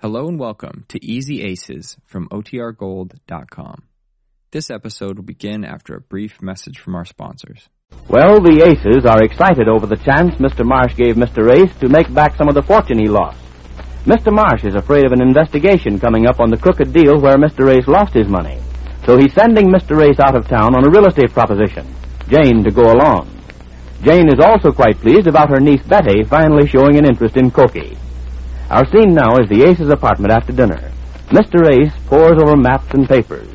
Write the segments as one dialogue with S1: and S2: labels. S1: Hello and welcome to Easy Aces from OTRGold.com. This episode will begin after a brief message from our sponsors.
S2: Well, the aces are excited over the chance Mr. Marsh gave Mr. Ace to make back some of the fortune he lost. Mr. Marsh is afraid of an investigation coming up on the crooked deal where Mr. Ace lost his money. So he's sending Mr. Ace out of town on a real estate proposition. Jane to go along. Jane is also quite pleased about her niece Betty finally showing an interest in Cokie. Our scene now is the Ace's apartment after dinner. Mr. Ace pores over maps and papers.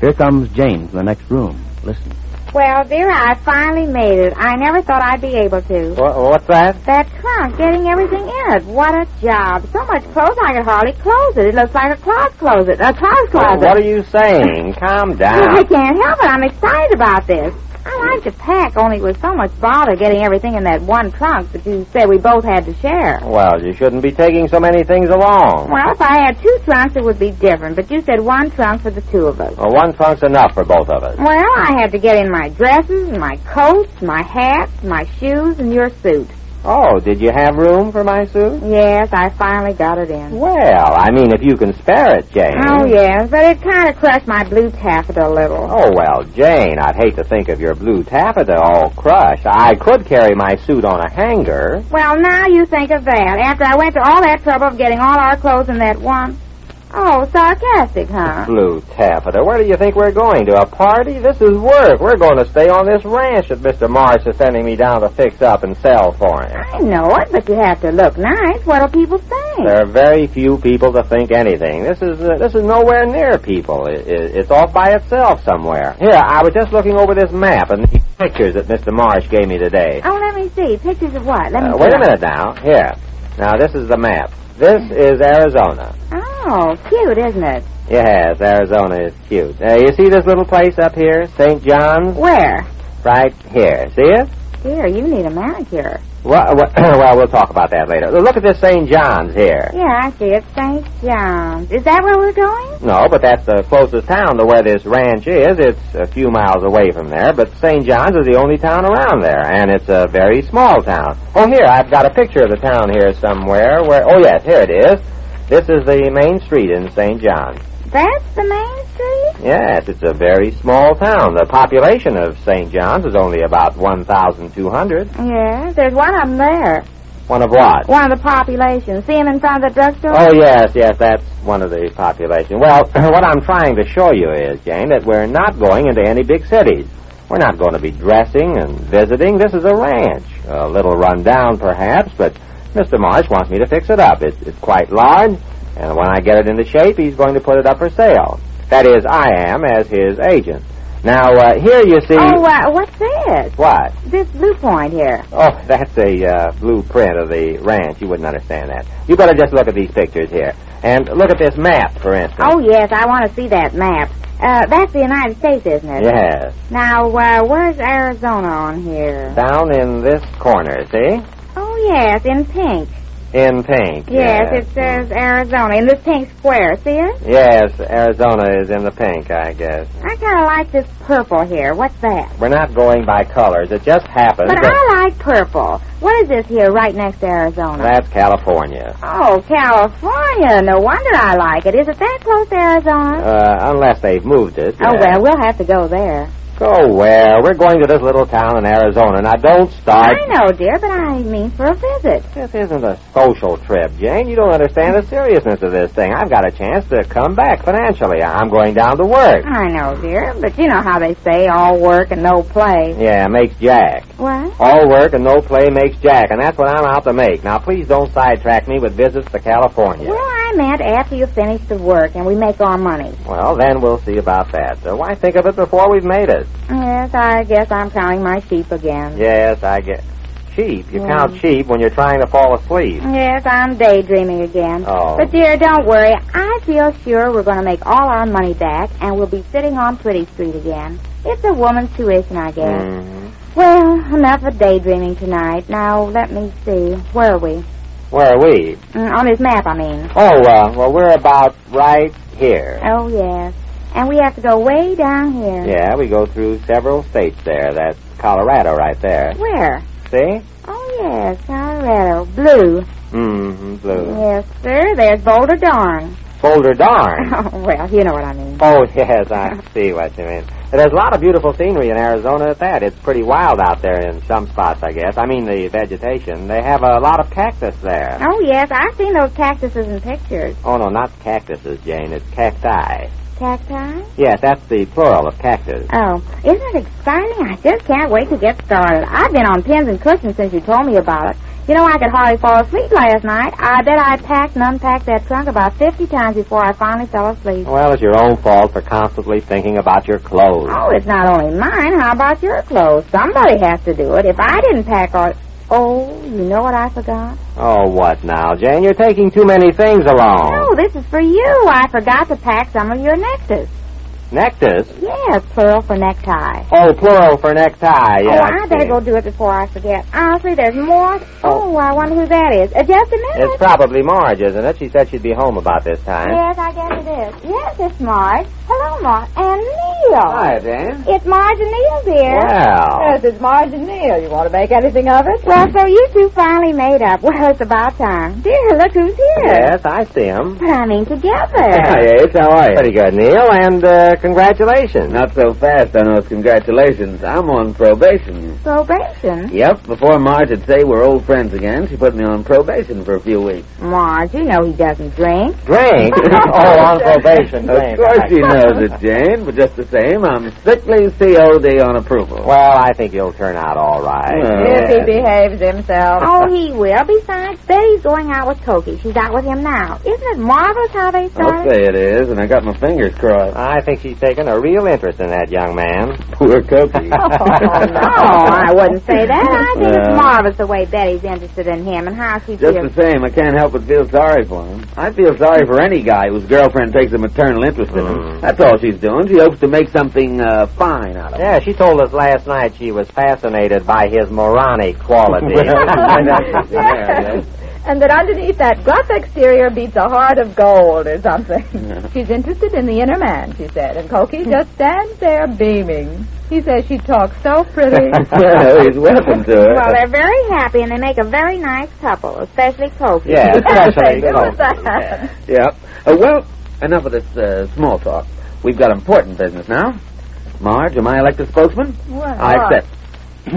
S2: Here comes Jane from the next room. Listen.
S3: Well, dear, I finally made it. I never thought I'd be able to.
S2: What's that?
S3: That trunk, getting everything in it. What a job. So much clothes I could hardly close it. It looks like a cloth closet, a clothes
S2: Well,
S3: closet.
S2: what are you saying? Calm
S3: I
S2: down.
S3: can't help it. I'm excited about this. I like to pack, only it was so much bother getting everything in that one trunk that you said we both had to share.
S2: Well, you shouldn't be taking so many things along.
S3: Well, if I had two trunks, it would be different, but you said one trunk for the two of us.
S2: Well, one trunk's enough for both of us.
S3: Well, I had to get in my dresses, and my coats, my hats, my shoes, and your suit.
S2: Oh, did you have room for my suit?
S3: Yes, I finally got it in.
S2: Well, I mean, if you can spare it, Jane.
S3: Oh, yes, but it kind of crushed my blue taffeta a little.
S2: Oh, well, Jane, I'd hate to think of your blue taffeta all crushed. I could carry my suit on a hanger.
S3: Well, now you think of that, after I went to all that trouble of getting all our clothes in that one. Oh, sarcastic, huh?
S2: Blue taffeta, where do you think we're going? To a party? This is work. We're going to stay on this ranch that Mr. Morris is sending me down to fix up and sell for him.
S3: I know it, but you have to look nice. What'll people think?
S2: There are very few people to think anything. This is uh, this is nowhere near people. It, it, it's off by itself somewhere. Here, I was just looking over this map and the pictures that Mr. Marsh gave me today.
S3: Oh, let me see. Pictures of what? Let me
S2: Uh,
S3: see.
S2: wait a minute now. Here, now this is the map. This is Arizona.
S3: Oh, cute, isn't it?
S2: Yes, Arizona is cute. Uh, you see this little place up here, St. John's,
S3: Where?
S2: right here. See it?
S3: Dear, you need a manicure.
S2: Well, well, well, we'll talk about that later. Look at this St. John's here.
S3: Yeah, I see. It's St. John's. Is that where we're going?
S2: No, but that's the closest town to where this ranch is. It's a few miles away from there, but St. John's is the only town around there, and it's a very small town. Oh, here, I've got a picture of the town here somewhere where, oh yes, here it is. This is the main street in St. John's.
S3: That's the main street?
S2: Yes, it's a very small town. The population of St. John's is only about 1,200.
S3: Yes, there's one of them there.
S2: One of what?
S3: One of the population. See him in front of the drugstore?
S2: Oh, yes, yes, that's one of the population. Well, what I'm trying to show you is, Jane, that we're not going into any big cities. We're not going to be dressing and visiting. This is a ranch. A little run down, perhaps, but Mr. Marsh wants me to fix it up. It's, it's quite large, and when I get it into shape, he's going to put it up for sale. That is, I am as his agent. Now, uh, here you see.
S3: Oh, uh, what's this?
S2: What?
S3: This blue point here.
S2: Oh, that's a uh, blueprint of the ranch. You wouldn't understand that. You better just look at these pictures here. And look at this map, for instance.
S3: Oh, yes, I want to see that map. Uh, that's the United States, isn't it?
S2: Yes.
S3: Now, uh, where's Arizona on here?
S2: Down in this corner, see?
S3: Oh, yes, in pink.
S2: In pink.
S3: Yes, it says Arizona in this pink square. See it?
S2: Yes, Arizona is in the pink, I guess.
S3: I kind of like this purple here. What's that?
S2: We're not going by colors. It just happens.
S3: But
S2: that-
S3: I like purple. What is this here right next to Arizona?
S2: That's California.
S3: Oh, California. No wonder I like it. Is it that close to Arizona?
S2: Uh, unless they've moved it.
S3: Oh,
S2: yes.
S3: well, we'll have to go there.
S2: Go where? We're going to this little town in Arizona. Now, don't start.
S3: I know, dear, but I mean for a visit.
S2: This isn't a social trip, Jane. You don't understand the seriousness of this thing. I've got a chance to come back financially. I'm going down to work.
S3: I know, dear, but you know how they say all work and no play.
S2: Yeah, makes Jack.
S3: What?
S2: All work and no play makes Jack, and that's what I'm out to make. Now, please don't sidetrack me with visits to California.
S3: Well, I meant after you finish the work and we make our money.
S2: Well, then we'll see about that. Uh, why think of it before we've made it?
S3: Yes, I guess I'm counting my sheep again.
S2: Yes, I get sheep. You
S3: Yeah.
S2: count sheep when you're trying to fall asleep.
S3: Yes, I'm daydreaming again.
S2: Oh.
S3: Mm. But, dear, don't worry. I feel sure we're going to make all our money back and we'll be sitting on Pretty Street again. It's a woman's tuition, I guess.
S2: Mhm.
S3: Well, enough of daydreaming tonight. Now, let me see. Where are we?
S2: Where are we?
S3: Mm, on this map, I mean.
S2: Oh, uh, well, we're about right here.
S3: Oh, yes. And we have to go way down here.
S2: Yeah, we go through several states there. That's Colorado right there.
S3: Where?
S2: See?
S3: Oh, yes, Colorado. Blue.
S2: Mm-hmm, blue.
S3: Yes, sir. There's Boulder Darn.
S2: Boulder Darn.
S3: Oh, well, you know what I mean.
S2: Oh, yes, I see what you mean. There's a lot of beautiful scenery in Arizona at that. It's pretty wild out there in some spots, I guess. I mean, the vegetation. They have a lot of cactus there.
S3: Oh, yes. I've seen those cactuses in pictures.
S2: Oh, no, not cactuses, Jane. It's cacti.
S3: Cacti?
S2: Yes, that's the plural of cactus.
S3: Oh, isn't it exciting? I just can't wait to get started. I've been on pins and cushions since you told me about it. You know, I could hardly fall asleep last night. I bet I packed and unpacked that trunk about 50 times before I finally fell asleep.
S2: Well, it's your own fault for constantly thinking about your clothes.
S3: Oh, it's not only mine. How about your clothes? Somebody has to do it. If I didn't pack all... Oh, you know what I forgot?
S2: Oh, what now, Jane? You're taking too many things along.
S3: No, this is for you. I forgot to pack some of your nectars.
S2: Nectus?
S3: Yes, plural for necktie.
S2: Oh, plural for necktie. Yes.
S3: oh, I better go do it before I forget. Honestly, there's more. Oh, I wonder who that is. Uh, just a minute.
S2: It's probably Marge, isn't it? She said she'd be home about this time.
S3: Yes, I guess it is. Yes, it's Marge. Hello, Marge. And Neil.
S2: Jane.
S3: It's Marge and Neil, dear.
S2: Well,
S4: Yes, it's Marge and Neil. You want to make anything of it?
S3: Well, so you two finally made up. Well, it's about time. Dear, look who's here.
S2: yes, I see him.
S3: But I mean
S5: Hi,
S3: together.
S5: Ace. How are you?
S2: Pretty good, Neil, and uh, congratulations.
S5: Not so fast on those congratulations. I'm on probation.
S3: Probation.
S5: Yep, before Marge would say we're old friends again, she put me on probation for a few weeks.
S3: Marge, you know he doesn't drink.
S2: Drink? oh, on probation,
S5: Of
S2: drink.
S5: course she knows it, Jane, but just the same, I'm strictly COD on approval.
S2: Well, I think you'll turn out all right.
S5: Well.
S4: If he
S5: Yes.
S4: behaves himself.
S3: Oh, he will. Besides, Betty's going out with Toki. She's out with him now. Isn't it marvelous how they
S5: I'll
S3: started?
S5: say it is, and I got my fingers crossed.
S2: I think she's taken a real interest in that young man.
S5: Poor Cookie.
S3: Oh, No, I wouldn't say that. I think
S5: Well.
S3: it's marvelous the way Betty's interested in him and how she
S5: Just
S3: feels.
S5: the same, I can't help but feel sorry for him. I feel sorry for any guy whose girlfriend takes a maternal interest in him.
S2: Mm.
S5: That's all she's doing. She hopes to make something uh, fine out of it.
S2: Yeah, she told us last night she was fascinated by his moronic quality.
S5: Well,
S4: yes. And that underneath that gruff exterior beats a heart of gold or something.
S5: Yeah.
S4: She's interested in the inner man, she said, and Cokie just stands there beaming. He says she talks so pretty.
S5: well, he's welcome to it.
S3: Well, they're very happy and they make a very nice couple, especially Toki.
S2: Yeah, especially.
S4: Good with that.
S5: Yep. Uh, well, enough of this uh, small talk. We've got important business now. Marge, am I elected spokesman?
S4: Well,
S5: I accept. uh,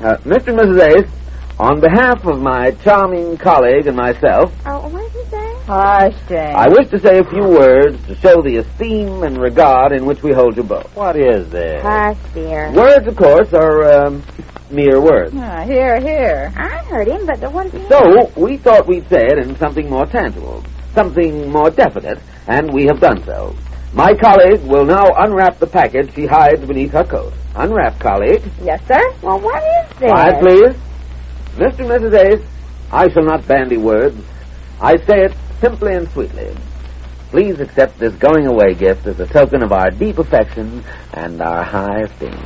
S5: Mr. and Mrs. Ace, on behalf of my charming colleague and myself,
S3: Oh, what did you say?
S4: Hush, Jane.
S5: I wish to say a few words to show the esteem and regard in which we hold you both.
S2: What is this?
S3: Hush, dear.
S5: Words, of course, are um, mere words.
S4: Ah, here, here.
S3: I heard him, but the one
S5: So, we thought we'd say it in something more tangible, something more definite, and we have done so. My colleague will now unwrap the package she hides beneath her coat. Unwrap, colleague.
S4: Yes, sir?
S3: Well, what is this?
S5: Quiet, please. Mr. and Mrs. Ace, I shall not bandy words. I say it simply and sweetly. Please accept this going away gift as a token of our deep affection and our high esteem.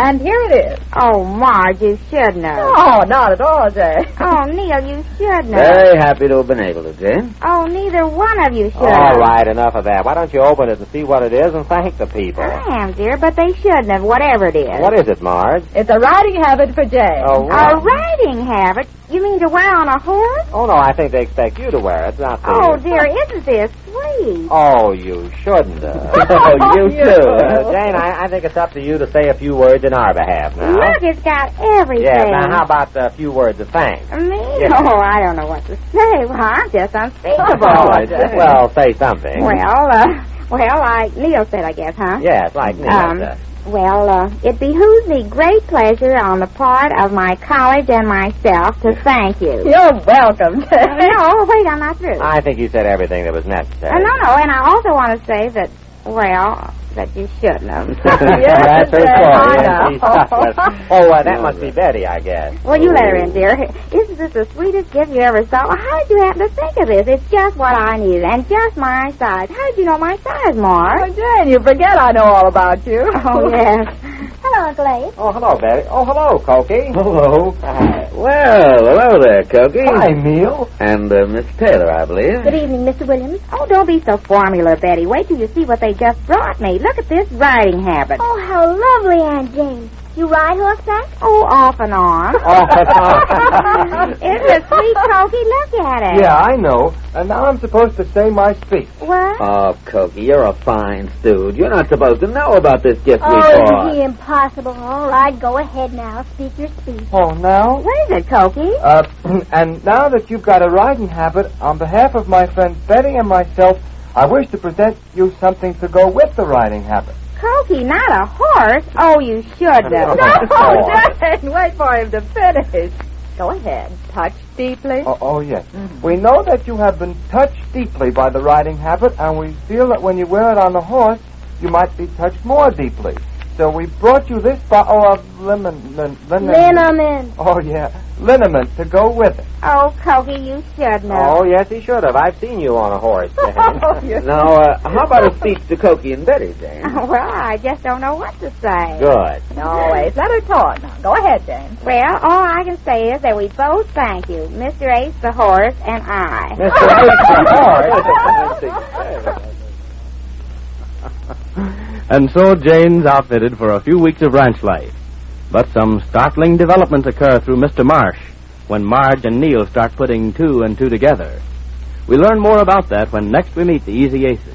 S4: And here it is.
S3: Oh, Marge, you should know.
S4: Oh, not at all, Jane.
S3: Oh, Neil, you should know.
S5: Very happy to have been able to, Jane.
S3: Oh, neither one of you should.
S2: All right, enough of that. Why don't you open it and see what it is and thank the people?
S3: I am, dear, but they shouldn't have, whatever it is.
S2: What is it, Marge?
S4: It's a riding habit for Jane.
S2: Oh,
S3: A
S2: what?
S3: riding habit? You mean to wear on a horse?
S2: Oh, no, I think they expect you to wear it, not the...
S3: Oh, dear, isn't this sweet?
S2: Oh, you shouldn't. uh.
S5: Oh, you
S4: You.
S5: too.
S2: Uh, Jane, I, I think it's up to you to say a few words in our behalf now.
S3: Look, it's got everything.
S2: yeah, now how about a few words of thanks?
S3: Me?
S2: Yeah.
S3: Oh, I don't know what to say. Well, I'm just
S2: Oh,
S3: unspeakable.
S5: I see.
S2: well, say something.
S3: well, uh, well, I, Neil said, I guess, huh?
S2: Yes, like me.
S3: Um,
S2: like that.
S3: Well, uh, it behooves me great pleasure on the part of my college and myself to thank you.
S4: You're welcome, Jane.
S3: no, wait, I'm not through.
S2: I think you said everything that was necessary.
S3: Uh, no, no, and I also want to say that, well, that you shouldn't have.
S2: That's her story.
S4: I
S2: and she
S4: know.
S2: suffers. Oh, uh, that must be Betty, I guess.
S3: well, you let her in, dear. Isn't this the sweetest gift you ever saw? How did you happen to think of this? It's just what I needed, and just my size. How did you know my size, Mark?
S4: Oh, Jane, you forget I know all about you.
S3: Oh, yes. Hello, Uncle Abe.
S2: Oh, hello, Betty. Oh, hello, Cokie.
S5: Hello.
S2: Hi.
S5: Well, hello there, Cokie.
S2: Hi, Neil.
S5: And uh, Miss Taylor, I believe.
S3: Good evening, Mr. Williams. Oh, don't be so formular, Betty. Wait till you see what they just brought me. Look at this riding habit.
S6: Oh, how lovely, Aunt Jane.
S7: You ride horseback?
S3: Oh, off and on.
S8: Off and on.
S3: it's a sweet trophy. Look at it.
S2: Yeah, I know. And now I'm supposed to say my speech.
S7: What?
S8: Oh, Cokie, you're a fine dude. You're not supposed to know about this gift Uh, we
S7: oh,
S8: bought.
S7: it'd be impossible. All right, go ahead now. Speak your speech.
S2: Oh, now?
S3: What is it, Cokie?
S2: Uh, and now that you've got a riding habit, on behalf of my friend Betty and myself, I wish to present you something to go with the riding habit.
S3: Cokie, not a horse. Oh, you should
S2: No.
S3: have.
S4: No, Jen, wait for him to finish. Go ahead. Touch deeply.
S2: Oh, oh yes. We know that you have been touched deeply by the riding habit, and we feel that when you wear it on the horse, you might be touched more deeply. So we brought you this bottle of lemon, lin, linen.
S7: Liniment.
S2: Oh yeah, liniment to go with it.
S3: Oh, Cokie, you should know.
S2: Oh yes, he should have. I've seen you on a horse.
S4: Oh, you
S8: Now, uh, how about a speech to Cokie and Betty, Jane?
S2: Oh.
S3: Well, I just don't know what to say.
S8: Good.
S4: No, wait. Let her talk. Now, go ahead, Jane.
S3: Well, all I can say is that we both thank you, Mr. Ace the horse and I.
S5: And so Jane's outfitted for a few weeks of ranch life. But some startling developments occur through Mr. Marsh when Marge and Neil start putting two and two together. We learn more about that when next we meet the Easy Aces.